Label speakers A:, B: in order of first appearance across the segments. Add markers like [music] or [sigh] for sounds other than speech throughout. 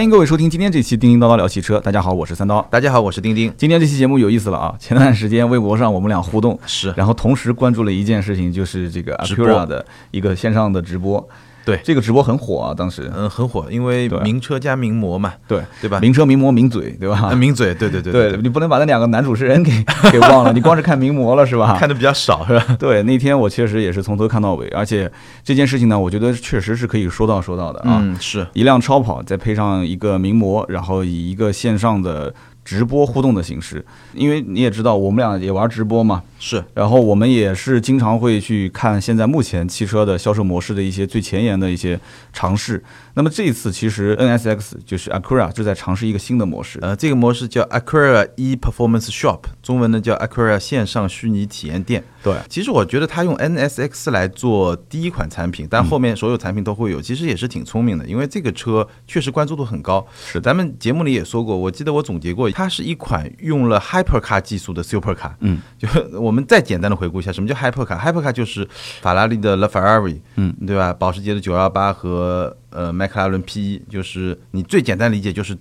A: 欢迎各位收听今天这期《叮叮叨叨聊汽车》，大家好，我是三刀。
B: 大家好，我是丁丁。
A: 今天这期节目有意思了啊！前段时间微博上我们俩互动，
B: 是
A: 然后同时关注了一件事情，就是这个
B: 直播
A: Acura 的一个线上的直播。
B: 对
A: 这个直播很火啊，当时
B: 嗯，很火，因为
A: 对
B: 名车加名模嘛，
A: 对
B: 对吧？
A: 名车、名模、名嘴，对吧
B: 呃？名嘴，对对对
A: 对，你不能把那两个男主持人给 [laughs] 给忘了，你光是看名模了是
B: [laughs]
A: 吧？
B: 看的比较少是吧？
A: 对，那天我确实也是从头看到尾，而且这件事情呢，我觉得确实是可以说到说到的啊。
B: 嗯，是
A: 一辆超跑再配上一个名模，然后以一个线上的直播互动的形式，因为你也知道，我们俩也玩直播嘛，
B: 是，
A: 然后我们也是经常会去看现在目前汽车的销售模式的一些最前沿的一些尝试。那么这一次，其实 NSX 就是 Acura 就在尝试一个新的模式。
B: 呃，这个模式叫 Acura e Performance Shop，中文呢叫 Acura 线上虚拟体验店。
A: 对，
B: 其实我觉得它用 NSX 来做第一款产品，
A: 嗯
B: 但后面所有产品都会有，其实也是挺聪明的，因为这个车确实关注度很高。
A: 是的，
B: 咱们节目里也说过，我记得我总结过，它是一款用了 Hypercar 技术的 Supercar。
A: 嗯，
B: 就我们再简单的回顾一下，什么叫 Hypercar？Hypercar 就是法拉利的 LaFerrari，
A: 嗯，
B: 对吧？保时捷的918和呃迈凯拉伦 P1，就是你最简单理解就是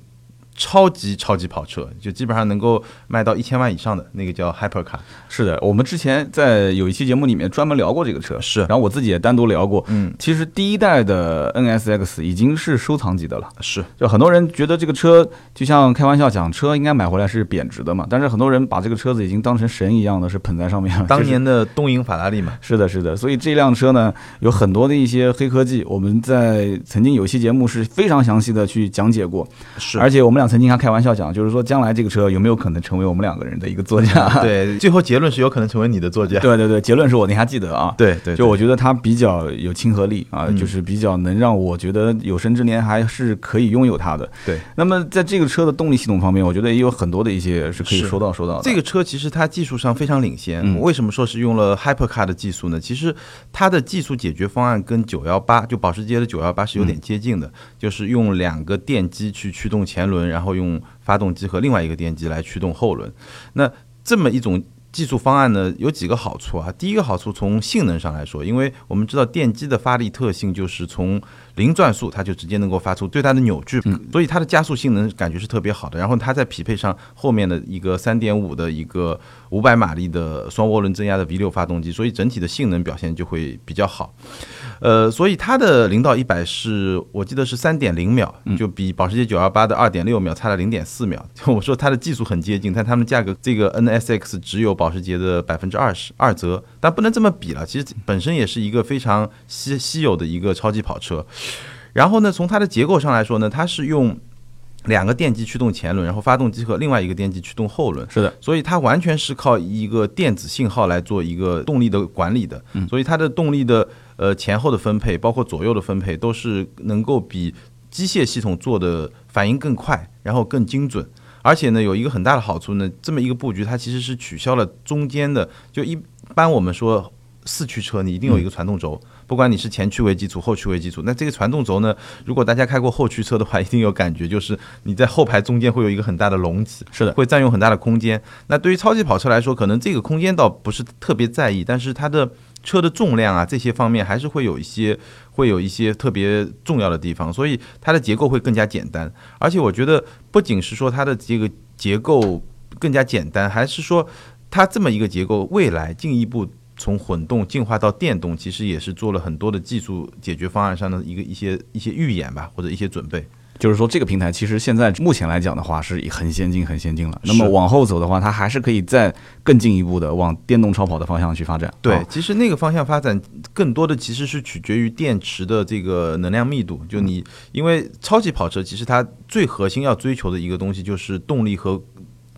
B: 超级超级跑车，就基本上能够卖到一千万以上的那个叫 Hypercar。
A: 是的，我们之前在有一期节目里面专门聊过这个车，
B: 是
A: 然后我自己也单独聊过。
B: 嗯，
A: 其实第一代的 NSX 已经是收藏级的了。
B: 是
A: 就很多人觉得这个车就像开玩笑讲，车应该买回来是贬值的嘛，但是很多人把这个车子已经当成神一样的，是捧在上面了。
B: 当
A: 就是
B: 年的东瀛法拉利嘛。
A: 是的，是的，所以这辆车呢，有很多的一些黑科技，我们在曾经有一期节目是非常详细的去讲解过，
B: 是
A: 而且我们俩曾经还开玩笑讲，就是说将来这个车有没有可能成为我们两个人的一个座驾？ [laughs]
B: 对，最后结论是有可能成为你的座驾。
A: 对对对，结论是我你还记得啊？
B: 对对，
A: 就我觉得它比较有亲和力啊，
B: 嗯
A: 就是比较能让我觉得有生之年还是可以拥有它的。
B: 对。
A: 那么在这个车的动力系统方面，我觉得也有很多的一些是可以
B: 是
A: 说到说到的。
B: 这个车其实它技术上非常领先。
A: 嗯
B: 为什么说是用了 Hypercar 的技术呢？其实它的技术解决方案跟918就保时捷的918是有点接近的，就是用两个电机去驱动前轮，然后用发动机和另外一个电机来驱动后轮。那这么一种。技术方案呢有几个好处啊？第一个好处从性能上来说，因为我们知道电机的发力特性就是从零转速它就直接能够发出最大的扭矩，所以它的加速性能感觉是特别好的。然后它再匹配上后面的一个三点五的一个五百马力的双涡轮增压的 V 六发动机，所以整体的性能表现就会比较好。呃，所以它的零到一百是我记得是三点零秒，就比保时捷918的二点六秒差了零点四秒。 [laughs] 就我说它的技术很接近，但它们价格这个 NSX 只有保时捷的百分之二十二折，但不能这么比了。其实本身也是一个非常稀稀有的一个超级跑车。然后呢，从它的结构上来说呢，它是用两个电机驱动前轮，然后发动机和另外一个电机驱动后轮。
A: 是的，
B: 所以它完全是靠一个电子信号来做一个动力的管理的，所以它的动力的呃前后的分配，包括左右的分配，都是能够比机械系统做的反应更快，然后更精准。而且呢，有一个很大的好处呢，这么一个布局，它其实是取消了中间的，就一般我们说四驱车，你一定有一个传动轴，不管你是前驱为基础，后驱为基础。那这个传动轴呢，如果大家开过后驱车的话，一定有感觉，就是你在后排中间会有一个很大的隆起，
A: 是的
B: 会占用很大的空间。那对于超级跑车来说，可能这个空间倒不是特别在意，但是它的车的重量啊这些方面还是会有一些会有一些特别重要的地方，所以它的结构会更加简单。而且我觉得不仅是说它的这个结构更加简单，还是说它这么一个结构未来进一步。从混动进化到电动，其实也是做了很多的技术解决方案上的一个一些一些预演吧，或者一些准备。
A: 就是说这个平台其实现在目前来讲的话是很先进、很先进了。那么
B: 是
A: 往后走的话，它还是可以再更进一步的往电动超跑的方向去发展。
B: 对
A: 啊，
B: 其实那个方向发展更多的其实是取决于电池的这个能量密度。就你，因为超级跑车其实它最核心要追求的一个东西就是动力和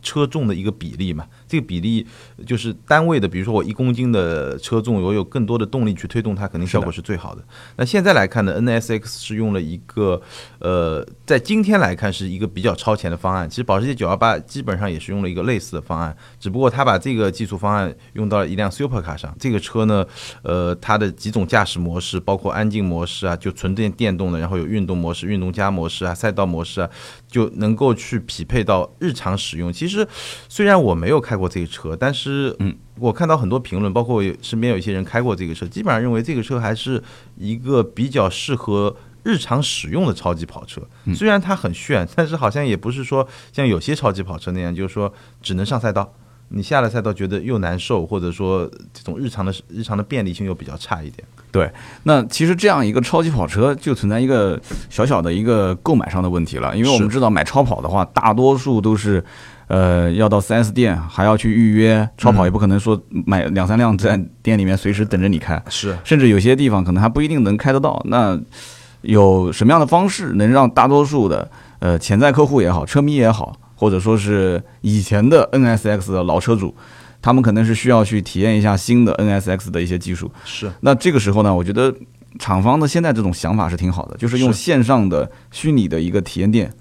B: 车重的一个比例嘛。这个比例就是单位的，比如说我一公斤的车重，我有更多的动力去推动它，肯定效果是最好的。那现在来看呢，NSX 是用了一个呃，在今天来看是一个比较超前的方案。其实保时捷918基本上也是用了一个类似的方案，只不过它把这个技术方案用到了一辆 Supercar 上。这个车呢，呃，它的几种驾驶模式，包括安静模式啊，就纯电电动的，然后有运动模式、运动加模式啊、赛道模式啊，就能够去匹配到日常使用。其实虽然我没有开过这个车，但是嗯，我看到很多评论，包括我有身边有一些人开过这个车，基本上认为这个车还是一个比较适合日常使用的超级跑车。虽然它很炫，但是好像也不是说像有些超级跑车那样，就是说只能上赛道。你下了赛道觉得又难受，或者说这种日常的日常的便利性又比较差一点。
A: 对，那其实这样一个超级跑车就存在一个小小的一个购买上的问题了，因为我们
B: 是
A: 知道买超跑的话，大多数都是，呃，要到 4S 店还要去预约，超跑也不可能说买两三辆在店里面随时等着你开，
B: 是，
A: 甚至有些地方可能还不一定能开得到。那有什么样的方式能让大多数的呃潜在客户也好，车迷也好，或者说是以前的 NSX 的老车主，他们可能是需要去体验一下新的 NSX 的一些技术。
B: 是，
A: 那这个时候呢，我觉得厂方的现在这种想法是挺好的，就是用
B: 是
A: 线上的虚拟的一个体验店，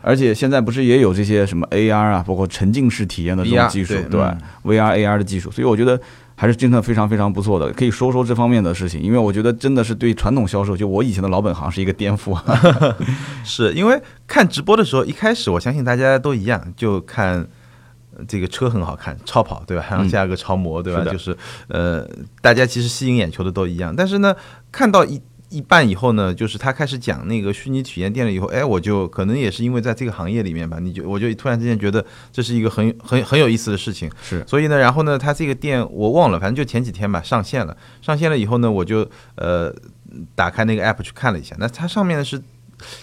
A: 而且现在不是也有这些什么 AR 啊，包括沉浸式体验的这种
B: VR
A: 技术，
B: 对嗯
A: 对吧、VR、AR 的技术，所以我觉得。还是真的非常非常不错的，可以说说这方面的事情，因为我觉得真的是对传统销售，就我以前的老本行是一个颠覆啊。
B: [laughs] 是因为看直播的时候，一开始我相信大家都一样，就看呃这个车很好看，超跑对吧？然后下一个超模对吧？
A: 是的
B: 就是呃，大家其实吸引眼球的都一样，但是呢，看到一。一半以后呢，就是他开始讲那个虚拟体验店了以后，哎，我就可能也是因为在这个行业里面吧，你就我就突然之间觉得这是一个很很很有意思的事情，
A: 是
B: 所以呢，然后呢，它这个店我忘了，反正就前几天吧，上线了。上线了以后呢，我就呃打开那个 app 去看了一下。那它上面呢是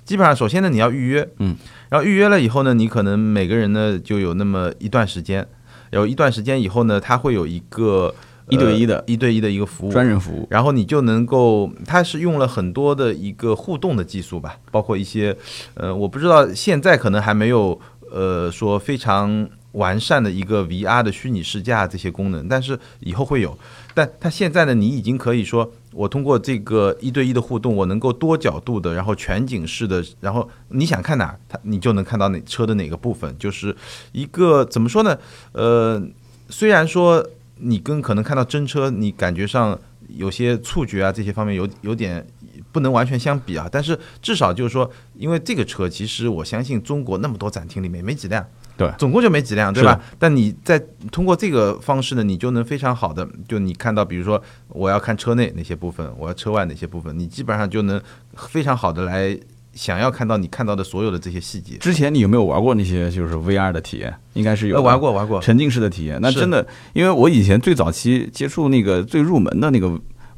B: 基本上，首先呢你要预约，
A: 嗯，
B: 然后预约了以后呢，你可能每个人呢就有那么一段时间，有一段时间以后呢，它会有一个、
A: 一对一的
B: 呃一对一的一个服务，
A: 专人服务，
B: 然后你就能够，它是用了很多的一个互动的技术吧，包括一些，呃，我不知道现在可能还没有，呃，说非常完善的一个 VR 的虚拟试驾这些功能，但是以后会有。但它现在呢，你已经可以说，我通过这个一对一的互动，我能够多角度的，然后全景式的，然后你想看哪儿，它你就能看到哪车的哪个部分，就是一个怎么说呢？呃，虽然说你跟可能看到真车，你感觉上有些触觉啊这些方面有有点不能完全相比啊，但是至少就是说，因为这个车其实我相信中国那么多展厅里面没几辆。
A: 对
B: 总共就没几辆，对
A: 是的
B: 吧？但你在通过这个方式呢，你就能非常好的，就你看到，比如说我要看车内哪些部分，我要车外哪些部分，你基本上就能非常好的来想要看到你看到的所有的这些细节。
A: 之前你有没有玩过那些就是 VR 的体验？应该是有
B: 呃，
A: 的
B: 玩过玩过，
A: 沉浸式的体验。那
B: 是
A: 真的，因为我以前最早期接触那个最入门的那个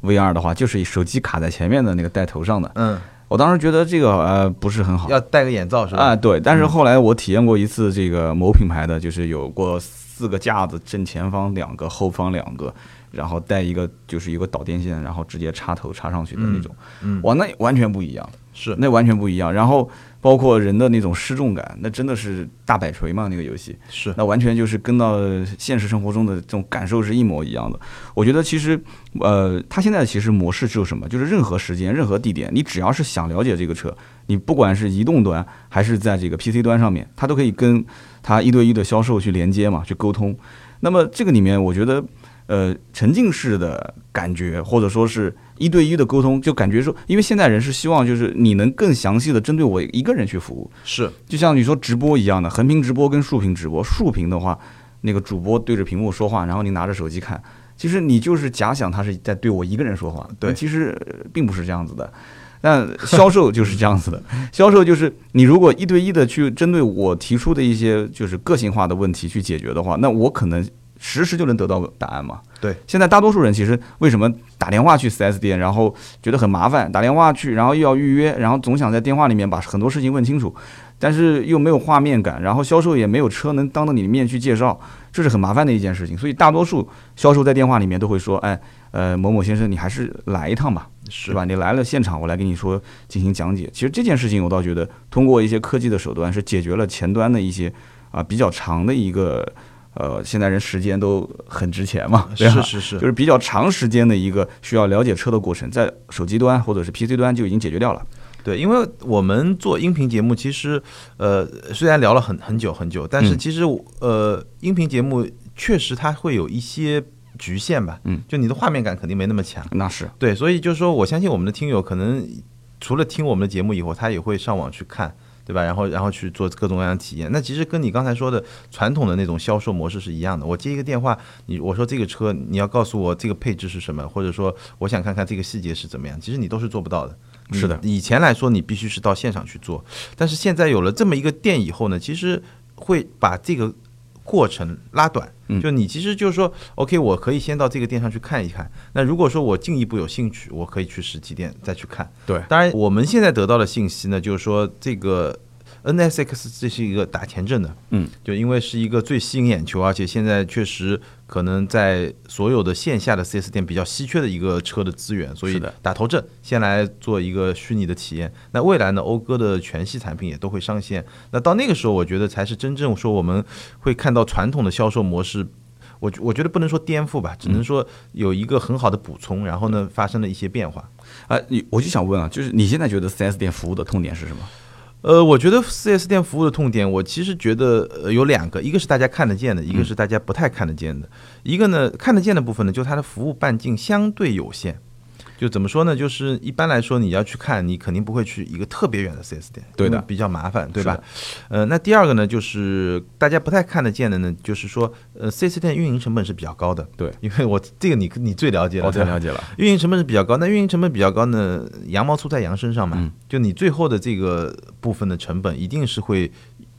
A: VR 的话，就是手机卡在前面的那个戴头上的，
B: 嗯，
A: 我当时觉得这个呃不是很好。
B: 要戴个眼罩是吧？嗯
A: 啊，对，但是后来我体验过一次这个某品牌的，就是有过四个架子，正前方两个，后方两个，然后带一个就是一个导电线，然后直接插头插上去的那种，
B: 嗯嗯
A: 哇，那完全不一样，
B: 是
A: 那完全不一样。然后包括人的那种失重感，那真的是大摆锤嘛，那个游戏，
B: 是，
A: 那完全就是跟到现实生活中的这种感受是一模一样的。我觉得其实，呃，它现在其实模式只有什么，就是任何时间、任何地点，你只要是想了解这个车，你不管是移动端还是在这个 PC 端上面，它都可以跟它一对一的销售去连接嘛，去沟通。那么这个里面，我觉得。呃，沉浸式的感觉，或者说是一对一的沟通，就感觉说，因为现在人是希望就是你能更详细的针对我一个人去服务，
B: 是
A: 就像你说直播一样的，横屏直播跟竖屏直播，竖屏的话，那个主播对着屏幕说话，然后你拿着手机看，其实你就是假想他是在对我一个人说话，
B: 对
A: 其实呃并不是这样子的。那销售就是这样
B: [laughs]
A: 子的，销售就是你如果一对一的去针对我提出的一些就是个性化的问题去解决的话，那我可能实时就能得到答案嘛。
B: 对，
A: 现在大多数人其实为什么打电话去 4S 店，然后觉得很麻烦，打电话去，然后又要预约，然后总想在电话里面把很多事情问清楚，但是又没有画面感，然后销售也没有车能当着你的面去介绍，这是很麻烦的一件事情。所以大多数销售在电话里面都会说，哎，呃，某某先生，你还是来一趟吧，
B: 是
A: 对吧？你来了现场，我来跟你说进行讲解。其实这件事情，我倒觉得通过一些科技的手段，是解决了前端的一些啊、比较长的一个呃，现在人时间都很值钱嘛，对吧
B: 呃是？是啊是
A: 就是比较长时间的一个需要了解车的过程，在手机端或者是 PC 端就已经解决掉了。
B: 对，因为我们做音频节目，其实呃虽然聊了很很久很久，但是
A: 嗯
B: 其实我呃音频节目确实它会有一些局限吧，
A: 嗯，
B: 就你的画面感肯定没那么强，
A: 那是
B: 对，所以就是说，我相信我们的听友可能除了听我们的节目以后，他也会上网去看，对吧？然后然后去做各种各样的体验。那其实跟你刚才说的传统的那种销售模式是一样的。我接一个电话，你我说这个车你要告诉我这个配置是什么，或者说我想看看这个细节是怎么样，其实你都是做不到的。
A: 是的
B: 以前来说你必须是到现场去做，但是现在有了这么一个店以后呢，其实会把这个过程拉短。
A: 嗯
B: 就你其实就是说，OK，我可以先到这个店上去看一看。那如果说我进一步有兴趣，我可以去实体店再去看。
A: 对
B: 当然我们现在得到的信息呢，就是说这个 NSX 这是一个打前阵的，
A: 嗯，
B: 就因为是一个最吸引眼球，而且现在确实可能在所有的线下的 4S 店比较稀缺的一个车的资源，所
A: 是
B: 以
A: 的
B: 打头阵先来做一个虚拟的体验。那未来呢，讴歌的全系产品也都会上线。那到那个时候，我觉得才是真正说我们会看到传统的销售模式。我我觉得不能说颠覆吧，只
A: 嗯
B: 能说有一个很好的补充，然后呢发生了一些变化。
A: 啊，你我就想问啊，就是你现在觉得 4S 店服务的痛点是什么？
B: 呃，我觉得 4S 店服务的痛点，我其实觉得呃有两个，一个是大家看得见的，一
A: 嗯
B: 个是大家不太看得见的。一个呢，看得见的部分呢，就是它的服务半径相对有限。就怎么说呢？就是一般来说，你要去看，你肯定不会去一个特别远的 4S 店，
A: 对的
B: 因为比较麻烦，对
A: 是
B: 吧
A: 的？
B: 呃，那第二个呢，就是大家不太看得见的呢，就是说，呃，4S 店运营成本是比较高的，
A: 对
B: 因为我这个你你最了解了，
A: 我
B: 对
A: 太
B: 吧
A: 了解了，
B: 运营成本是比较高，那运营成本比较高呢，羊毛出在羊身上嘛，
A: 嗯
B: 就你最后的这个部分的成本一定是会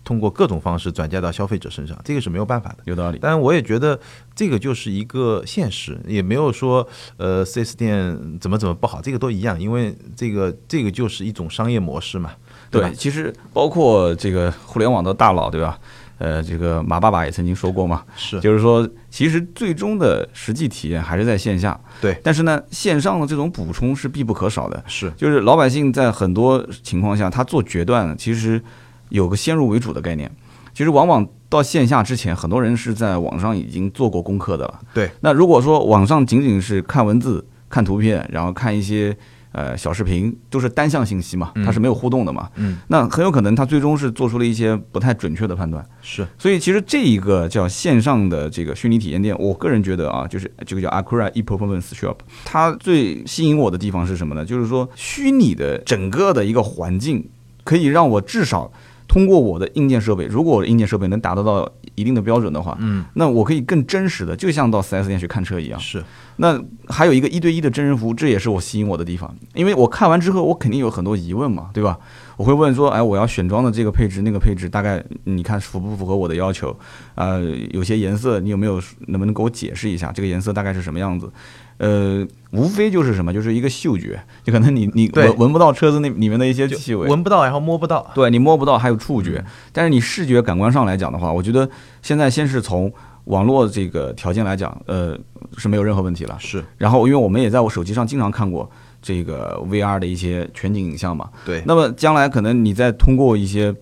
B: 通过各种方式转嫁到消费者身上，这个是没有办法的。
A: 有道理。
B: 但我也觉得这个就是一个现实，也没有说呃 4S 店怎么怎么不好，这个都一样，因为这个这个就是一种商业模式嘛，对吧
A: 对，？其实包括这个互联网的大佬，对吧？呃，这个马爸爸也曾经说过嘛，
B: 是
A: 就是说，其实最终的实际体验还是在线下。
B: 对
A: 但是呢，线上的这种补充是必不可少的。
B: 是，
A: 就是老百姓在很多情况下，他做决断其实有个先入为主的概念。其实往往到线下之前，很多人是在网上已经做过功课的了。
B: 对。
A: 那如果说网上仅仅是看文字、看图片，然后看一些呃小视频，都是单向信息嘛，它是没有互动的嘛。
B: 嗯。
A: 那很有可能他最终是做出了一些不太准确的判断。
B: 是
A: 所以其实这一个叫线上的这个虚拟体验店，我个人觉得啊，就是这个叫 Acura ePerformance Shop，它最吸引我的地方是什么呢？就是说虚拟的整个的一个环境，可以让我至少通过我的硬件设备，如果我的硬件设备能达到到一定的标准的话，
B: 嗯，
A: 那我可以更真实的，就像到 4S 店去看车一样。
B: 是
A: 那还有一个一对一的真人服务，这也是我吸引我的地方，因为我看完之后，我肯定有很多疑问嘛，对吧？我会问说，哎，我要选装的这个配置、那个配置，大概你看符不符合我的要求？呃，有些颜色你有没有能不能给我解释一下，这个颜色大概是什么样子？呃，无非就是什么，就是一个嗅觉，就可能你你
B: 对
A: 闻闻不到车子那里面的一些
B: 就
A: 气味，
B: 闻不到，然后摸不到，
A: 对你摸不到，还有触
B: 嗯
A: 觉，但是你视觉感官上来讲的话，我觉得现在先是从网络这个条件来讲，呃，是没有任何问题了。
B: 是
A: 然后因为我们也在我手机上经常看过这个 VR 的一些全景影像嘛，
B: 对，
A: 那么将来可能你再通过一些嘖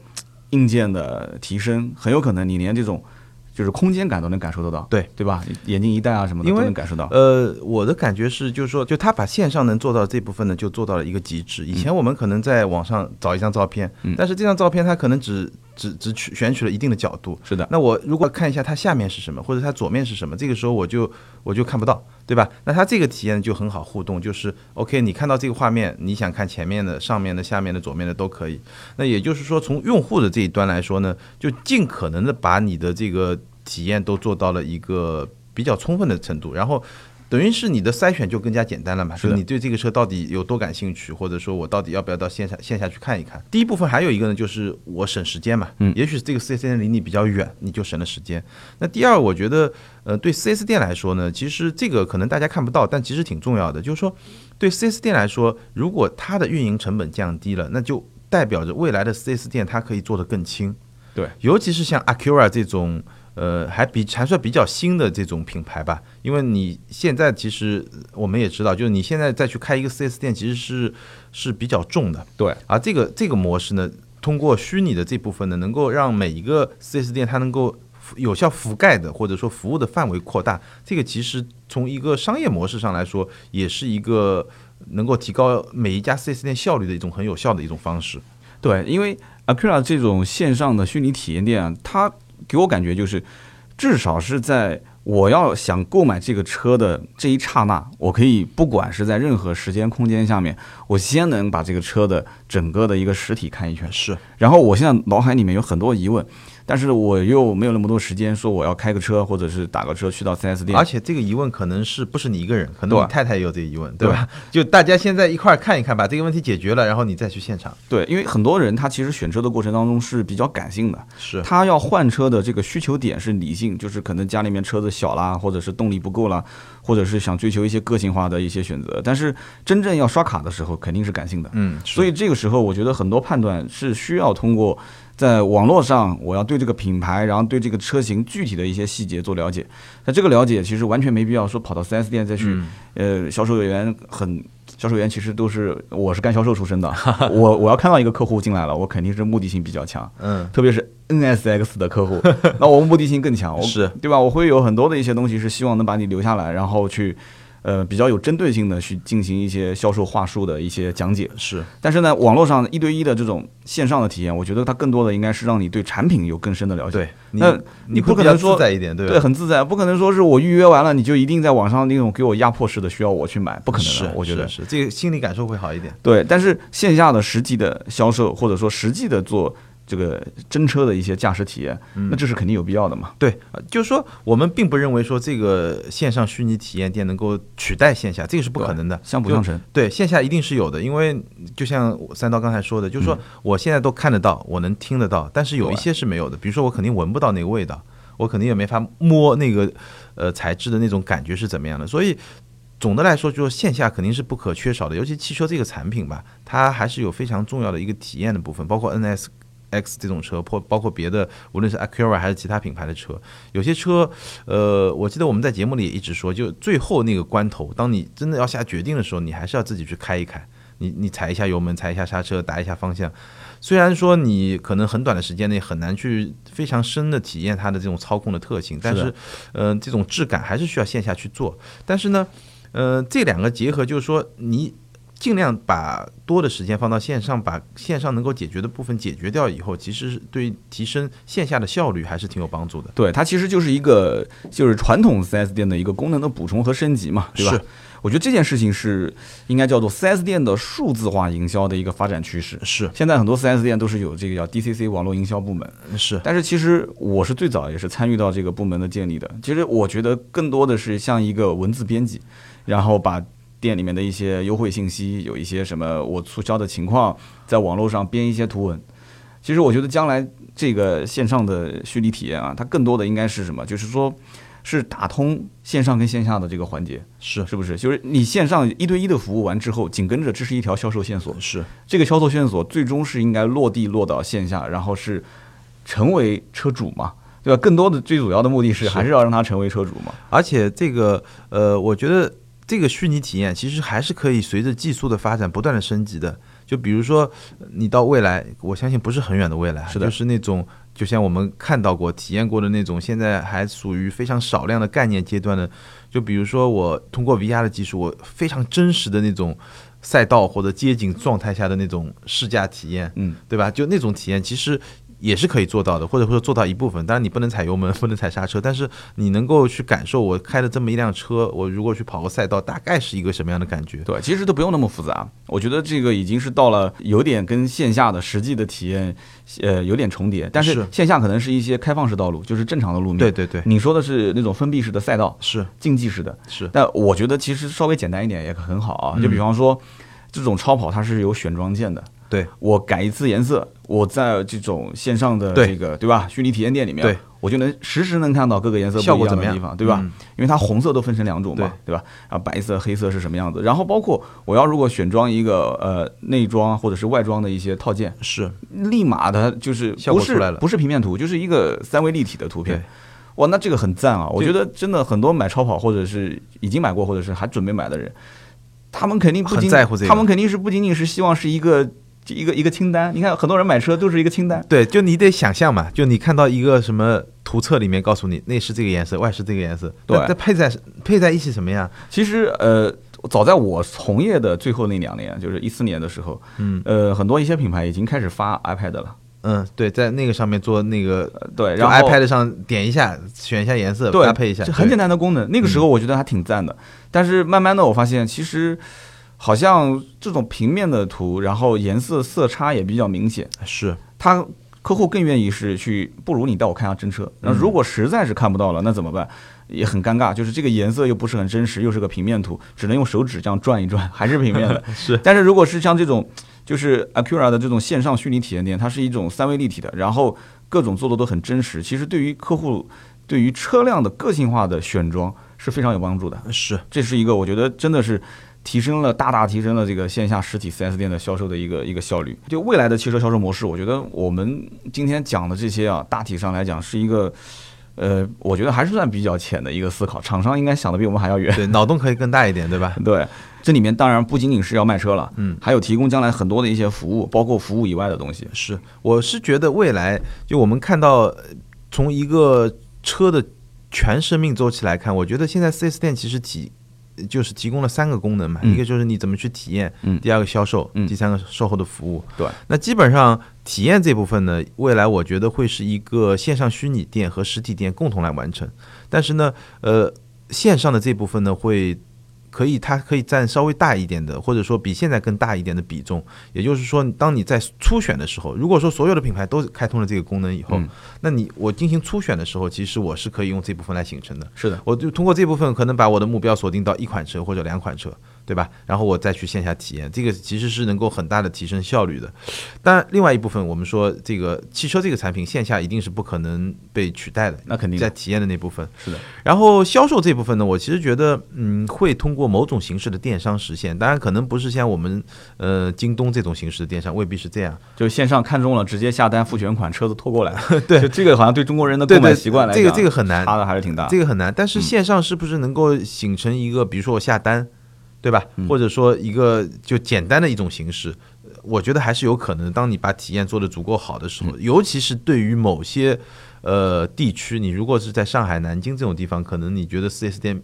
A: 硬件的提升，很有可能你连这种就是空间感都能感受得到，
B: 对
A: 对吧？眼镜一戴啊什么的
B: 因
A: 都
B: 为
A: 能感受到，
B: 呃，我的感觉是，就是说，就他把线上能做到这部分呢，就做到了一个极致。以前我们可能在网上找一张照片，但是这张照片它可能只只只取选取了一定的角度。
A: 是的，
B: 那我如果看一下它下面是什么，或者它左面是什么，这个时候我就我就看不到，对吧？那它这个体验就很好互动，就是 OK，你看到这个画面，你想看前面的、上面的、下面的、左面的都可以。那也就是说，从用户的这一端来说呢，就尽可能的把你的这个体验都做到了一个比较充分的程度，然后。等于是你的筛选就更加简单了嘛？
A: 是
B: 就
A: 的
B: 你对这个车到底有多感兴趣，或者说我到底要不要到线下线下去看一看？第一部分还有一个呢，就是我省时间嘛。
A: 嗯
B: 也许这个 4S 店离你比较远，你就省了时间。那第二，我觉得呃，对 4S 店来说呢，其实这个可能大家看不到，但其实挺重要的。就是说，对 4S 店来说，如果它的运营成本降低了，那就代表着未来的 4S 店它可以做得更轻。
A: 对，
B: 尤其是像 Acura 这种。呃，还比还算比较新的这种品牌吧，因为你现在其实呃我们也知道，就是你现在再去开一个 4S 店，其实是是比较重的。
A: 对，
B: 而啊这个这个模式呢，通过虚拟的这部分呢，能够让每一个 4S 店它能够覆有效覆盖的或者说服务的范围扩大，这个其实从一个商业模式上来说，也是一个能够提高每一家 4S 店效率的一种很有效的一种方式。
A: 对，因为 Acura 这种线上的虚拟体验店啊，它给我感觉就是，至少是在我要想购买这个车的这一刹那，我可以不管是在任何时间空间下面，我先能把这个车的整个的一个实体看一圈。
B: 是
A: 然后我现在脑海里面有很多疑问，但是我又没有那么多时间说我要开个车或者是打个车去到 4S 店
B: 而。且这个疑问可能是不是你一个人，可能
A: 对
B: 你太太也有这个疑问，对吧？ [laughs] 就大家现在一块儿看一看，把这个问题解决了，然后你再去现场。
A: 对，因为很多人他其实选车的过程当中是比较感性的，
B: 是
A: 他要换车的这个需求点是理性，就是可能家里面车子小啦，或者是动力不够啦，或者是想追求一些个性化的一些选择。但是真正要刷卡的时候，肯定是感性的。
B: 嗯，
A: 所以这个时候，我觉得很多判断是需要通过在网络上，我要对这个品牌，然后对这个车型具体的一些细节做了解。那这个了解其实完全没必要说跑到 4S 店再去，呃，销售员很。销售员其实都是，我是干销售出身的，我我要看到一个客户进来了，我肯定是目的性比较强，
B: 嗯，
A: 特别是 NSX 的
B: [laughs]
A: 客户，那我目的性更强，我
B: 是
A: 对吧？我会有很多的一些东西是希望能把你留下来，然后去，呃，比较有针对性的去进行一些销售话术的一些讲解。
B: 是
A: 但是呢，网络上一对一的这种线上的体验，我觉得它更多的应该是让你对产品有更深的了解。
B: 对，你
A: 那
B: 你
A: 你
B: 会
A: 不可
B: 比较
A: 能说
B: 自在一点，对吧？
A: 很自在，不可能说是我预约完了，你就一定在网上那种给我压迫式的需要我去买，不可能
B: 是
A: 的，，我觉得。
B: 是是这个心理感受会好一点。
A: 对，但是线下的实际的销售，或者说实际的做这个真车的一些驾驶体验，
B: 嗯
A: 那这是肯定有必要的嘛。
B: 对，呃就是说我们并不认为说这个线上虚拟体验店能够取代线下，这个是不可能的，
A: 相辅
B: 就
A: 相成。
B: 对，线下一定是有的，因为就像三刀刚才说的，就是说我现在都看得到，我能听得到，但是有一
A: 对
B: 些是没有的，比如说我肯定闻不到那个味道，我肯定也没法摸那个呃材质的那种感觉是怎么样的，所以。总的来说，就是线下肯定是不可缺少的，尤其汽车这个产品吧，它还是有非常重要的一个体验的部分，包括 NS X 这种车，或包括别的，无论是 Acura 还是其他品牌的车，有些车，呃，我记得我们在节目里也一直说，就最后那个关头，当你真的要下决定的时候，你还是要自己去开一开，你你踩一下油门，踩一下刹车，打一下方向。虽然说你可能很短的时间内很难去非常深的体验它的这种操控的特性，但
A: 是的
B: 是，呃，这种质感还是需要线下去做。但是呢，呃，这两个结合，就是说你尽量把多的时间放到线上，把线上能够解决的部分解决掉以后，其实是对提升线下的效率还是挺有帮助的。
A: 对，它其实就是一个就是传统 4S 店的一个功能的补充和升级嘛，对吧
B: 是？
A: 我觉得这件事情是应该叫做 4S 店的数字化营销的一个发展趋势。
B: 是
A: 现在很多 4S 店都是有这个叫 DCC 网络营销部门，
B: 是，
A: 但是其实我是最早也是参与到这个部门的建立的。其实我觉得更多的是像一个文字编辑，然后把店里面的一些优惠信息，有一些什么我促销的情况，在网络上编一些图文。其实我觉得将来这个线上的虚拟体验啊，它更多的应该是什么？就是说。是打通线上跟线下的这个环节，
B: 是
A: 是不是？就是你线上一对一的服务完之后，紧跟着这是一条销售线索，
B: 是
A: 这个销售线索最终是应该落地落到线下，然后是成为车主嘛，对吧？更多的最主要的目的是
B: 是
A: 还是要让他成为车主嘛。
B: 而且这个呃，我觉得这个虚拟体验其实还是可以随着技术的发展不断的升级的。就比如说，你到未来，我相信不是很远的未来，啊
A: 是的
B: 就是那种就像我们看到过、体验过的那种，现在还属于非常少量的概念阶段的。就比如说，我通过 VR 的技术，我非常真实的那种赛道或者街景状态下的那种试驾体验，
A: 嗯，
B: 对吧？就那种体验其实也是可以做到的，或者说做到一部分。当然你不能踩油门，不能踩刹车，但是你能够去感受我开的这么一辆车，我如果去跑个赛道，大概是一个什么样的感觉？
A: 对，其实都不用那么复杂。我觉得这个已经是到了有点跟线下的实际的体验，呃，有点重叠。但是
B: 是
A: 线下可能是一些开放式道路，就是正常的路面。
B: 对对对，
A: 你说的是那种封闭式的赛道，
B: 是
A: 竞技式的。
B: 是
A: 但我觉得其实稍微简单一点也很好啊。就比方说，这种超跑它是有选装件的，
B: 对，
A: 我改一次颜色，我在这种线上的
B: 对
A: 这个对吧虚拟体验店里面，
B: 对
A: 我就能实时能看到各个颜色
B: 效
A: 不
B: 果
A: 一样
B: 怎么
A: 的
B: 样
A: 地方，对吧？
B: 嗯
A: 因为它红色都分成两种嘛，对吧？啊，白色、黑色是什么样子？然后包括我要如果选装一个呃内装或者是外装的一些套件，
B: 是
A: 立马它就是
B: 效
A: 不
B: 果出
A: 是
B: 来了
A: 不是平面图，就是一个三维立体的图
B: 对
A: 片。哇，那这个很赞啊！我
B: 这
A: 觉得真的很多买超跑或者是已经买过或者是还准备买的人，他们肯定不
B: 很
A: 仅
B: 在乎这个
A: 他们肯定是不仅仅是希望是一个一个一个清单。你看，很多人买车都是一个清单，
B: 对，就你得想象嘛，就你看到一个什么。图册里面告诉你内饰这个颜色，外饰这个颜色，
A: 对
B: 那它配在配在一起什么样？
A: 其实呃，早在我从业的最后那两年，就是一四年的时候，
B: 嗯，
A: 呃，很多一些品牌已经开始发 iPad 了，
B: 嗯，对，在那个上面做那个，
A: 呃对，
B: 就
A: 然后
B: iPad 上点一下，选一下颜色，
A: 对
B: 搭配一下，
A: 这很
B: 对嗯
A: 简单的功能。那个时候我觉得还挺赞的，但是慢慢的我发现其实好像这种平面的图，然后颜色色差也比较明显，
B: 是
A: 他客户更愿意是去，不如你带我看一下真车。那如果实在是看不到了，那怎么办？也很尴尬，就是这个颜色又不是很真实，又是个平面图，只能用手指这样转一转，还是平面的。
B: 是，
A: 但是如果是像这种，就是 Acura 的这种线上虚拟体验店，它是一种三维立体的，然后各种做的都很真实。其实对于客户，对于车辆的个性化的选装是非常有帮助的。
B: 是
A: 这是一个我觉得真的是提升了大大提升了这个线下实体 4S 店的销售的一个一个效率。就未来的汽车销售模式，我觉得我们今天讲的这些啊，大体上来讲是一个。呃，我觉得还是算比较浅的一个思考，厂商应该想的比我们还要远。 [laughs]
B: 对，脑洞可以更大一点，对吧？
A: 对，这里面当然不仅仅是要卖车了，
B: 嗯，
A: 还有提供将来很多的一些服务，包括服务以外的东西。
B: 是，我是觉得未来就我们看到呃从一个车的全生命周期来看，我觉得现在 4S 店其实提就是提供了三个功能嘛，
A: 嗯
B: 一个就是你怎么去体验，
A: 嗯
B: 第二个销售，
A: 嗯
B: 第三个售后的服务。
A: 对，
B: 那基本上体验这部分呢，未来我觉得会是一个线上虚拟店和实体店共同来完成。但是呢，呃，线上的这部分呢，会可以它可以占稍微大一点的，或者说比现在更大一点的比重。也就是说，当你在初选的时候，如果说所有的品牌都开通了这个功能以后，
A: 嗯
B: 那你我进行初选的时候，其实我是可以用这部分来形成的。
A: 是的，
B: 我就通过这部分可能把我的目标锁定到一款车或者两款车，对吧？然后我再去线下体验，这个其实是能够很大的提升效率的。但另外一部分，我们说这个汽车这个产品线下一定是不可能被取代的，
A: 那肯定的
B: 在体验的那部分。
A: 是的，
B: 然后销售这部分呢，我其实觉得，嗯，会通过某种形式的电商实现，当然可能不是像我们呃京东这种形式的电商，未必是这样。
A: 就线上看中了，直接下单付全款，车子拖过
B: [laughs]
A: 来。对，就这个好像对中国人的
B: 对
A: 购买
B: 对，
A: 习惯来
B: 这
A: 讲，
B: 个这个很难，
A: 差的还是挺大。
B: 这个很难。但是线上是不是能够形成一个，比如说我下单，对吧？或者说一个就简单的一种形式，呃我觉得还是有可能。当你把体验做得足够好的时候，尤其是对于某些呃地区，你如果是在上海、南京这种地方，可能你觉得 4S 店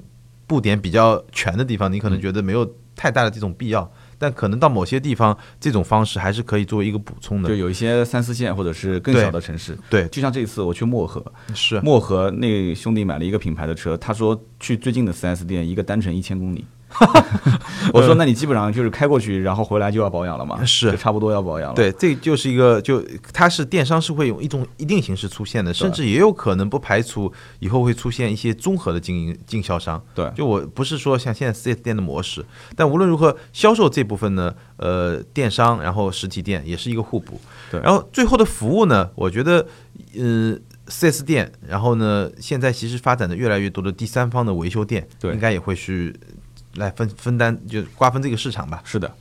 B: 布点比较全的地方，你可能觉得没有太大的这种必要。但可能到某些地方，这种方式还是可以作为一个补充
A: 就
B: 的。
A: 有一些三四线或者是更小的城市，
B: 对，
A: 就像这次我去漠河，
B: 是啊
A: 漠河那兄弟买了一个品牌的车，他说去最近的 4S 店一个单程一千
B: [laughs]
A: 公里。我说那你基本上就是开过去，然后回来就要保养了嘛，
B: 是
A: 就差不多要保养了。，
B: 对，这就是一个就它是电商是会有一种一定形式出现的，甚至也有可能不排除以后会出现一些综合的经营经销商。
A: 对
B: 就我不是说像现在四 S 店的模式，但无论如何，销售这部分呢，呃，电商然后实体店也是一个互补。
A: 对
B: 然后最后的服务呢，我觉得，嗯、4 S 店，然后呢，现在其实发展的越来越多的第三方的维修店，
A: 对
B: 应该也会去来分分担，就瓜分这个市场吧。
A: 是的，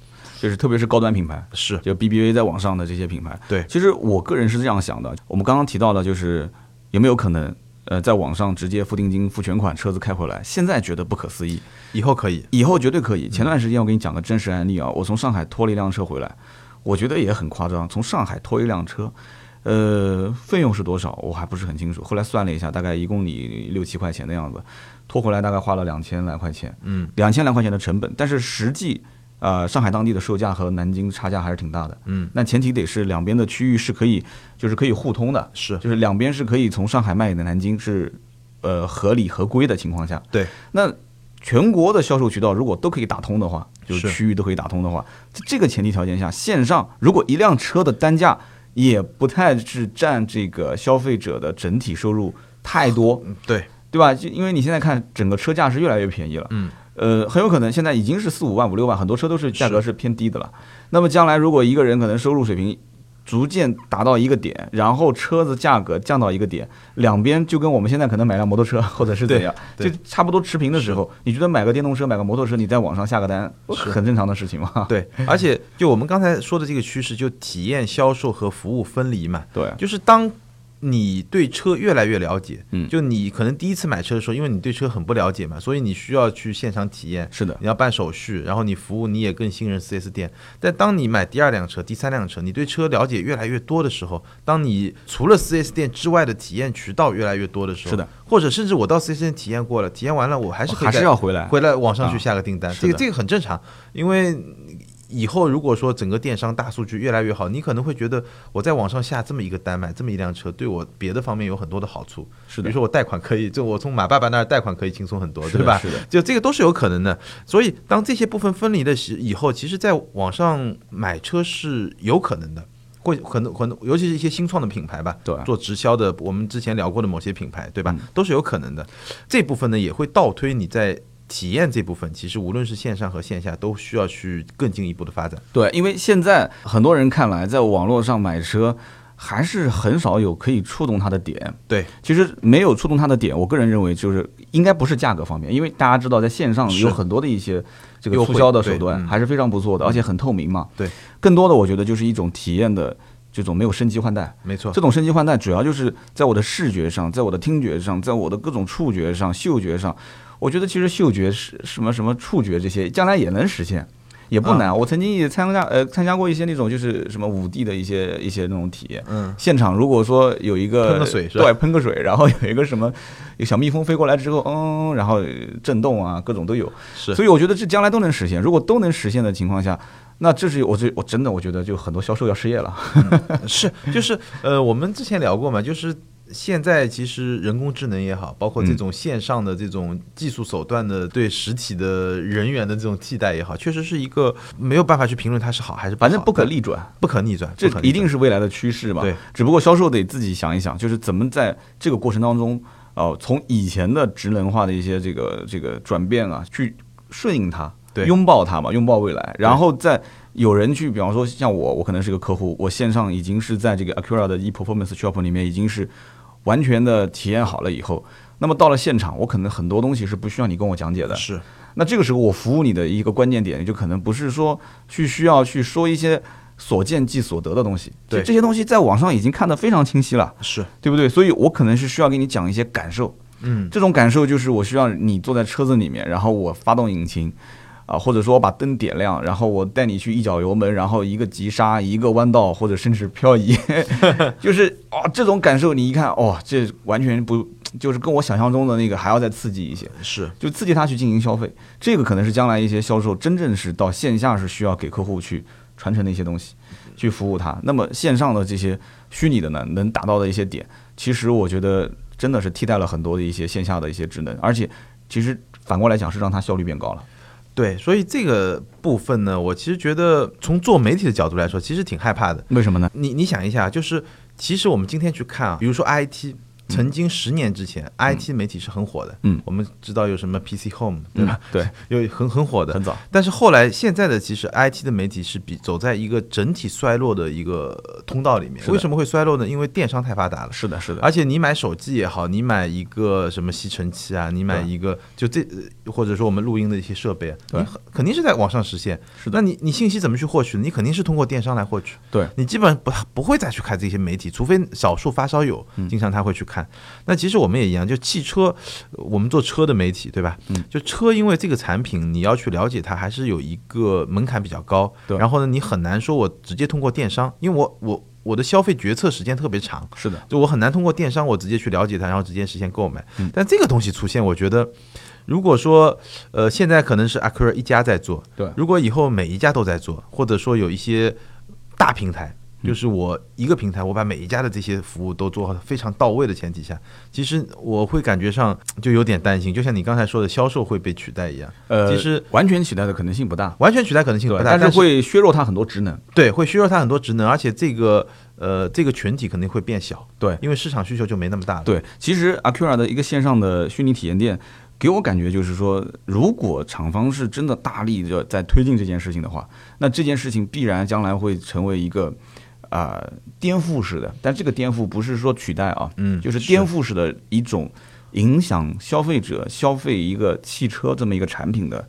A: 就是特别是高端品牌，
B: 是
A: 就 BBA 在网上的这些品牌。
B: 对
A: 其实我个人是这样想的，我们刚刚提到的就是有没有可能，呃，在网上直接付定金、付全款，车子开回来。现在觉得不可思议，
B: 以后可以。
A: 以后绝对可以。前段时间我给你讲个真实案例啊，我从上海拖了一辆车回来，我觉得也很夸张，从上海拖一辆车。呃，费用是多少？我还不是很清楚。后来算了一下，大概一公里六七块钱的样子，拖回来大概花了两千来块钱。
B: 嗯，
A: 两千来块钱的成本，但是实际，呃，上海当地的售价和南京差价还是挺大的。
B: 嗯，
A: 那前提得是两边的区域是可以，就是可以互通的，
B: 是
A: 就是两边是可以从上海卖给南京是，呃，合理合规的情况下，
B: 对。
A: 那全国的销售渠道如果都可以打通的话，就是
B: 是
A: 区域都可以打通的话，在这个前提条件下，线上如果一辆车的单价也不太是占这个消费者的整体收入太多，
B: 嗯，对，
A: 对吧？就因为你现在看整个车价是越来越便宜了，
B: 嗯，
A: 呃，很有可能现在已经是四五万、五六万，很多车都是价格是偏低的了。那么将来如果一个人可能收入水平逐渐达到一个点，然后车子价格降到一个点，两边就跟我们现在可能买辆摩托车或者是怎样，就
B: 对
A: 差不多持平的时候，你觉得买个电动车、买个摩托车，你在网上下个单，
B: 是
A: 很正常的事情嘛？
B: 对，而且就我们刚才说的这个趋势，就体验、销售和服务分离嘛，
A: [laughs] 对
B: 就是当你对车越来越了解，
A: 嗯
B: 就你可能第一次买车的时候，因为你对车很不了解嘛，所以你需要去现场体验，
A: 是的，
B: 你要办手续，然后你服务你也更信任 4S 店。但当你买第二辆车、第三辆车，你对车了解越来越多的时候，当你除了 4S 店之外的体验渠道越来越多的时候，
A: 是的，哦
B: 或者甚至我到 4S 店体验过了，体验完了我还是可以
A: 还是
B: 在
A: 要回来。啊
B: 回来网上去下个订单，
A: 是
B: 这个
A: 的
B: 这个很正常，因为以后如果说整个电商大数据越来越好，你可能会觉得我在网上下这么一个单买这么一辆车，对我别的方面有很多的好处。
A: 是
B: 比
A: 的
B: 如，说我贷款可以，就我从马爸爸那儿贷款可以轻松很多，
A: 是的
B: 对吧
A: 是的？
B: 就这个都是有可能的。所以当这些部分分离的时以后，其实在网上买车是有可能的。会可能可能，尤其是一些新创的品牌吧，
A: 对
B: 做直销的，我们之前聊过的某些品牌，对吧
A: 嗯，
B: 都是有可能的。这部分呢，也会倒推你在体验这部分，其实无论是线上和线下，都需要去更进一步的发展。
A: 对，因为现在很多人看来，在网络上买车还是很少有可以触动他的点。
B: 对，
A: 其实没有触动他的点，我个人认为就是应该不是价格方面，因为大家知道在线上
B: 是
A: 有很多的一些这个
B: 优惠
A: 促销的手段
B: 对嗯
A: 还是非常不错的，而且很透明嘛。
B: 对，
A: 更多的我觉得就是一种体验的这种没有升级换代。
B: 没错
A: 这，种升级换代主要就是在我的视觉上，在我的听觉上，在我的各种触觉上、嗅觉上，我觉得其实嗅觉是什么什么触觉这些，将来也能实现，也不
B: 嗯
A: 难。我曾经也参加呃参加过一些那种就是什么五 D 的一些一些那种体验。
B: 嗯，
A: 现场如果说有一个
B: 喷个水是吧
A: 对，喷个水，然后有一个什么有小蜜蜂飞过来之后，嗯，然后震动啊，各种都有。
B: 是
A: 所以我觉得这将来都能实现。如果都能实现的情况下，那这是我这我真的我觉得就很多销售要失业了。
B: 是，就是呃，我们之前聊过嘛，就是现在其实人工智能也好，包括这
A: 嗯
B: 种线上的这种技术手段的对实体的人员的这种替代也好，确实是一个没有办法去评论它是好还是
A: 反正
B: 好
A: 不可
B: 的
A: 逆转，
B: 不可逆转，
A: 这
B: 不可逆
A: 一定
B: 转
A: 是未来的趋势嘛。
B: 对，
A: 只不过销售得自己想一想，就是怎么在这个过程当中，哦、从以前的职能化的一些这个这个转变啊，去顺应它，
B: 对
A: 拥抱它嘛，拥抱未来，然后再。有人去，比方说像我，我可能是个客户，我线上已经是在这个 Acura 的 ePerformance Shop 里面已经是完全的体验好了以后，那么到了现场，我可能很多东西是不需要你跟我讲解的，
B: 是
A: 那这个时候我服务你的一个关键点，就可能不是说去需要去说一些所见即所得的东西，
B: 对
A: 就这些东西在网上已经看得非常清晰了，
B: 是，
A: 对不对？所以我可能是需要给你讲一些感受，
B: 嗯，
A: 这种感受就是我需要你坐在车子里面，然后我发动引擎。啊，或者说我把灯点亮，然后我带你去一脚油门，然后一个急刹，一个弯道，或者甚至漂移，就是哦，这种感受你一看，哦，这完全不就是跟我想象中的那个还要再刺激一些。
B: 是
A: 就刺激他去进行消费，这个可能是将来一些销售真正是到线下是需要给客户去传承的一些东西，去服务他。那么线上的这些虚拟的呢，能达到的一些点，其实我觉得真的是替代了很多的一些线下的一些职能，而且其实反过来讲是让它效率变高了。
B: 对，所以这个部分呢，我其实觉得从做媒体的角度来说，其实挺害怕的。
A: 为什么呢？
B: 你你想一下，就是其实我们今天去看啊，比如说 IT，曾经十年之前、IT 媒体是很火的，
A: 嗯
B: 我们知道有什么 PC Home，对吧？
A: 对，
B: [laughs] 有很很火的
A: 很。早。
B: 但是后来，现在的其实 IT 的媒体是比走在一个整体衰落的一个呃通道里面。
A: 是的
B: 为什么会衰落呢？因为电商太发达了，
A: 是的，是的，
B: 而且你买手机也好，你买一个什么吸尘器啊，你买
A: 对
B: 一个就这，呃或者说我们录音的一些设备啊，
A: 对
B: 你很肯定是在网上实现。
A: 是
B: 那
A: 的，
B: 你你信息怎么去获取呢？你肯定是通过电商来获取。
A: 对，
B: 你基本上不不会再去看这些媒体，除非少数发烧友，
A: 嗯
B: 经常他会去看。那其实我们也一样，就汽车，呃我们做车的媒体，对吧？
A: 嗯
B: 就车，因为这个产品你要去了解它，还是有一个门槛比较高。
A: 对
B: 然后呢，你很难说我直接通过电商，因为我我我的消费决策时间特别长，
A: 是的，
B: 就我很难通过电商我直接去了解它，然后直接实现购买。
A: 嗯
B: 但这个东西出现，我觉得。如果说，呃，现在可能是 Acura 一家在做，
A: 对
B: 如果以后每一家都在做，或者说有一些大平台，
A: 嗯
B: 就是我一个平台，我把每一家的这些服务都做好非常到位的前提下，其实我会感觉上就有点担心，就像你刚才说的，销售会被取代一样，
A: 呃，
B: 其实
A: 完全取代的可能性不大，
B: 完全取代可能性不大，
A: 但是
B: 但是
A: 会削弱它很多职能。
B: 对会削弱它很多职能，而且这个呃这个群体肯定会变小，
A: 对，
B: 因为市场需求就没那么大了。
A: 对，其实 Acura 的一个线上的虚拟体验店，给我感觉就是说，如果厂方是真的大力的在推进这件事情的话，那这件事情必然将来会成为一个啊、呃颠覆式的，但这个颠覆不是说取代啊，
B: 嗯
A: 就是
B: 是
A: 颠覆式的一种影响消费者消费一个汽车这么一个产品的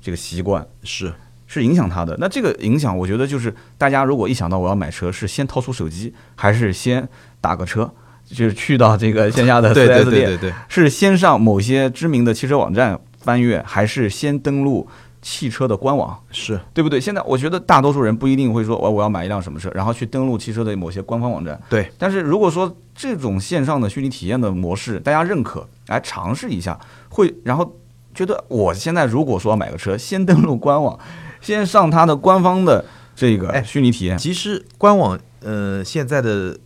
A: 这个习惯。
B: 是
A: 是影响他的。那这个影响，我觉得就是大家如果一想到我要买车，是先掏出手机，还是先打个车，就是去到这个线下的
B: [laughs] 对对
A: 4S
B: 对
A: 店，
B: 对对，
A: 是先上某些知名的汽车网站翻阅，还是先登录汽车的官网？
B: 是
A: 对不对？现在我觉得大多数人不一定会说，我哦我要买一辆什么车，然后去登录汽车的某些官方网站。
B: 对，
A: 但是如果说这种线上的虚拟体验的模式，大家认可，来尝试一下，会然后觉得我现在如果说要买个车，先登录官网，先上它的官方的这个
B: 哎
A: 虚拟体验，
B: 其实官网呃现在的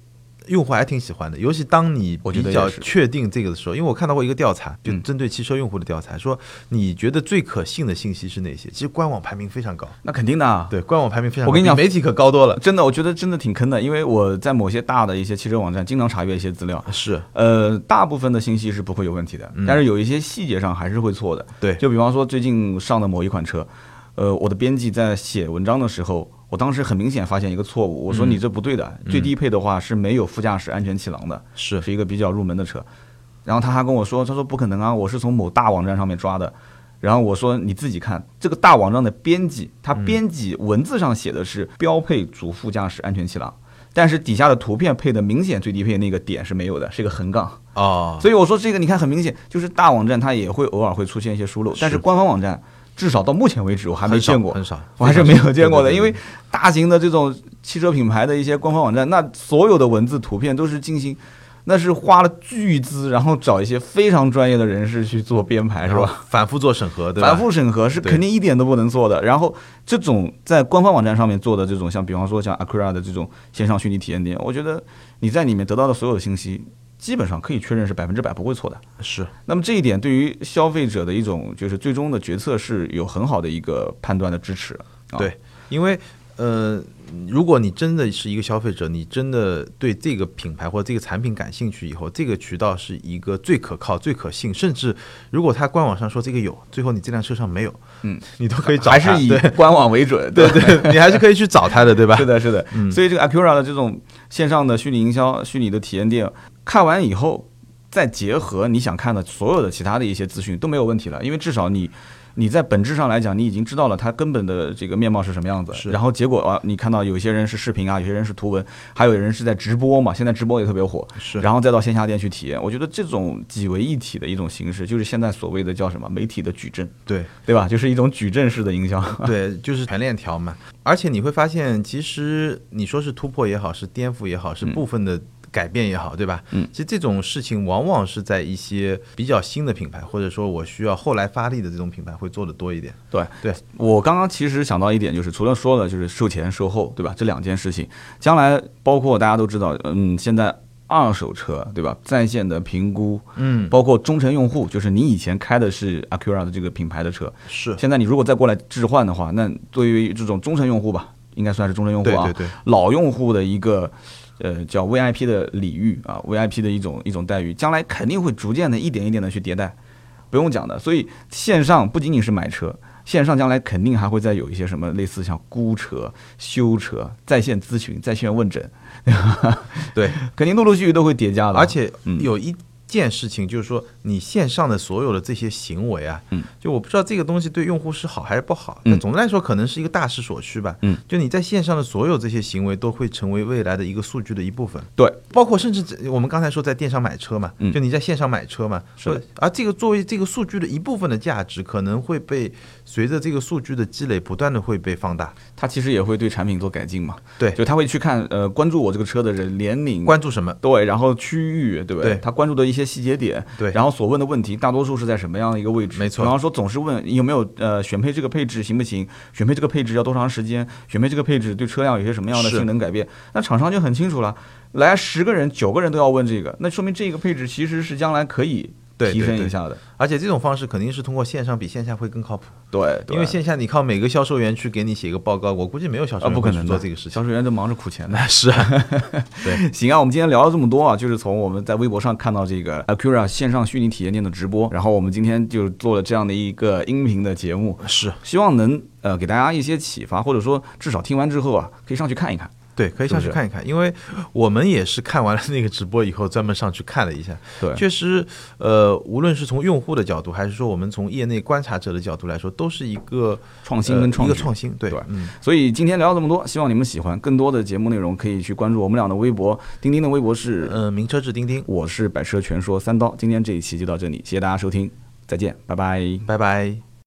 B: 用户还挺喜欢的，尤其当你
A: 我觉
B: 比
A: 得也
B: 较
A: 是
B: 确定这个的时候，因为我看到过一个调查，就
A: 嗯
B: 针对汽车用户的调查，说你觉得最可信的信息是哪些？其实官网排名非常高，
A: 那肯定的啊。
B: 对，官网排名非常高，
A: 我跟你讲
B: 比媒体可高多了，
A: 真的，我觉得真的挺坑的，因为我在某些大的一些汽车网站经常查阅一些资料，
B: 是
A: 呃，大部分的信息是不会有问题的，但是有一些细节上还是会错的。
B: 对
A: 就比方说最近上的某一款车，呃，我的编辑在写文章的时候，我当时很明显发现一个错误，我说你这不对的，最低配的话是没有副驾驶安全气囊的，
B: 是
A: 是一个比较入门的车。然后他还跟我说，他说不可能啊，我是从某大网站上面抓的。然后我说你自己看，这个大网站的编辑，他编辑文字上写的是标配主副驾驶安全气囊，但是底下的图片配的明显最低配那个点是没有的，是一个横杠。
B: 哦，
A: 所以我说这个，你看很明显，就是大网站它也会偶尔会出现一些疏漏，但是官方网站至少到目前为止我还没
B: 很少
A: 见过
B: 很，少，
A: 我还是
B: 非
A: 没
B: 常少
A: 有见过的。
B: 对对
A: 因
B: 对
A: 为大型的这种汽车品牌的一些官方网站，那所有的文字、图片都是进行，那是花了巨资，然后找一些非常专业的人士去做编排，是
B: 然后
A: 吧？
B: 反复做审核，对吧？
A: 反复审核是
B: 对
A: 肯定一点都不能做的。然后这种在官方网站上面做的这种，像比方说像 Acura 的这种线上虚拟体验店，我觉得你在里面得到的所有的信息，基本上可以确认是百分之百不会错的。
B: 是
A: 那么这一点对于消费者的一种就是最终的决策是有很好的一个判断的支持。啊
B: 对，因为呃，如果你真的是一个消费者，你真的对这个品牌或者这个产品感兴趣以后，这个渠道是一个最可靠、最可信，甚至如果它官网上说这个有，最后你这辆车上没有，
A: 嗯，
B: 你都可以找
A: 还
B: 它
A: 是以 [laughs]
B: 对
A: 官网为准。
B: 对嗯对，你还是可以去找它的，对吧
A: 是？的，是
B: [laughs]
A: 的。所以这个 Acura 的这种线上的虚拟营销、虚拟的体验店，看完以后再结合你想看的所有的其他的一些资讯都没有问题了，因为至少你。你在本质上来讲，你已经知道了它根本的这个面貌是什么样子，
B: 是
A: 然后结果啊，你看到有些人是视频啊，有些人是图文，还有人是在直播嘛，现在直播也特别火，
B: 是，
A: 然后再到线下店去体验。我觉得这种几为一体的一种形式，就是现在所谓的叫什么媒体的矩阵，
B: 对。
A: 对吧？就是一种矩阵式的营
B: [laughs]
A: 销。 [laughs]
B: 对，就是全链条嘛。而且你会发现，其实你说是突破也好，是颠覆也好，是部分的改变也好，对吧？
A: 嗯
B: 其实这种事情往往是在一些比较新的品牌，或者说我需要后来发力的这种品牌会做的多一点。
A: 对
B: 对，
A: 我刚刚其实想到一点，就是除了说了就是售前售后，对吧？这两件事情，将来包括大家都知道，嗯，现在二手车，对吧？在线的评估，
B: 嗯，
A: 包括忠诚用户，就是你以前开的是 Acura 的这个品牌的车，
B: 是，
A: 现在你如果再过来置换的话，那对于这种忠诚用户吧，应该算是忠诚用户
B: 对
A: 啊，
B: 对对，
A: 老用户的一个呃叫 VIP 的礼遇啊，VIP 的一种一种待遇，将来肯定会逐渐的一点一点的去迭代，不用讲的。所以线上不仅仅是买车，线上将来肯定还会再有一些什么类似像估车、修车、在线咨询、在线问诊， [laughs]
B: 对。
A: 肯定陆陆续续都会叠加的。
B: 而且
A: 嗯
B: 有一件事情就是说，你线上的所有的这些行为啊，
A: 嗯，
B: 就我不知道这个东西对用户是好还是不好，
A: 嗯
B: 但总的来说可能是一个大势所趋吧。
A: 嗯，
B: 就你在线上的所有这些行为都会成为未来的一个数据的一部分。
A: 对，
B: 包括甚至这我们刚才说在电商买车嘛，
A: 嗯
B: 就你在线上买车嘛，
A: 是的
B: 说，而这个作为这个数据的一部分的价值，可能会被随着这个数据的积累，不断的会被放大。
A: 它其实也会对产品做改进嘛，
B: 对，
A: 就他会去看呃关注我这个车的人年龄。
B: 关注什么？
A: 对，然后区域，对不
B: 对
A: 他关注的一些细节点，
B: 对，
A: 然后所问的问题大多数是在什么样的一个位置？
B: 没错
A: 比方说总是问有没有呃选配这个配置行不行？选配这个配置要多长时间？选配这个配置对车辆有些什么样的
B: 是
A: 性能改变？那厂商就很清楚了，来十个人九个人都要问这个，那说明这个配置其实是将来可以
B: 对
A: 提升
B: 对对
A: 一下的。
B: 而且这种方式肯定是通过线上比线下会更靠谱。
A: 对，对
B: 因为线下你靠每个销售员去给你写个报告，我估计没有销售
A: 啊
B: 员
A: 不可能
B: 会去
A: 的
B: 做这个事情。 [laughs]
A: 销售员都忙着苦钱的。
B: 是啊，
A: [laughs] 行啊，我们今天聊了这么多啊，就是从我们在微博上看到这个 Acura 线上虚拟体验店的直播，然后我们今天就做了这样的一个音频的节目。
B: 是啊
A: 希望能呃给大家一些启发，或者说至少听完之后啊，可以上去看一看。
B: 对，可以上去
A: 是不是
B: 看一看，因为我们也是看完了那个直播以后，专门上去看了一下。
A: 对
B: 确实，呃，无论是从用户的角度，还是说我们从业内观察者的角度来说，都是一个
A: 创新跟
B: 呃
A: 创
B: 一
A: 举
B: 个创新。对，
A: 对
B: 嗯，
A: 所以今天聊了这么多，希望你们喜欢。更多的节目内容可以去关注我们俩的微博，钉钉的微博是，
B: 呃，名车志钉钉，
A: 我是百车全说三刀。今天这一期就到这里，谢谢大家收听，再见，拜拜。
B: 拜拜。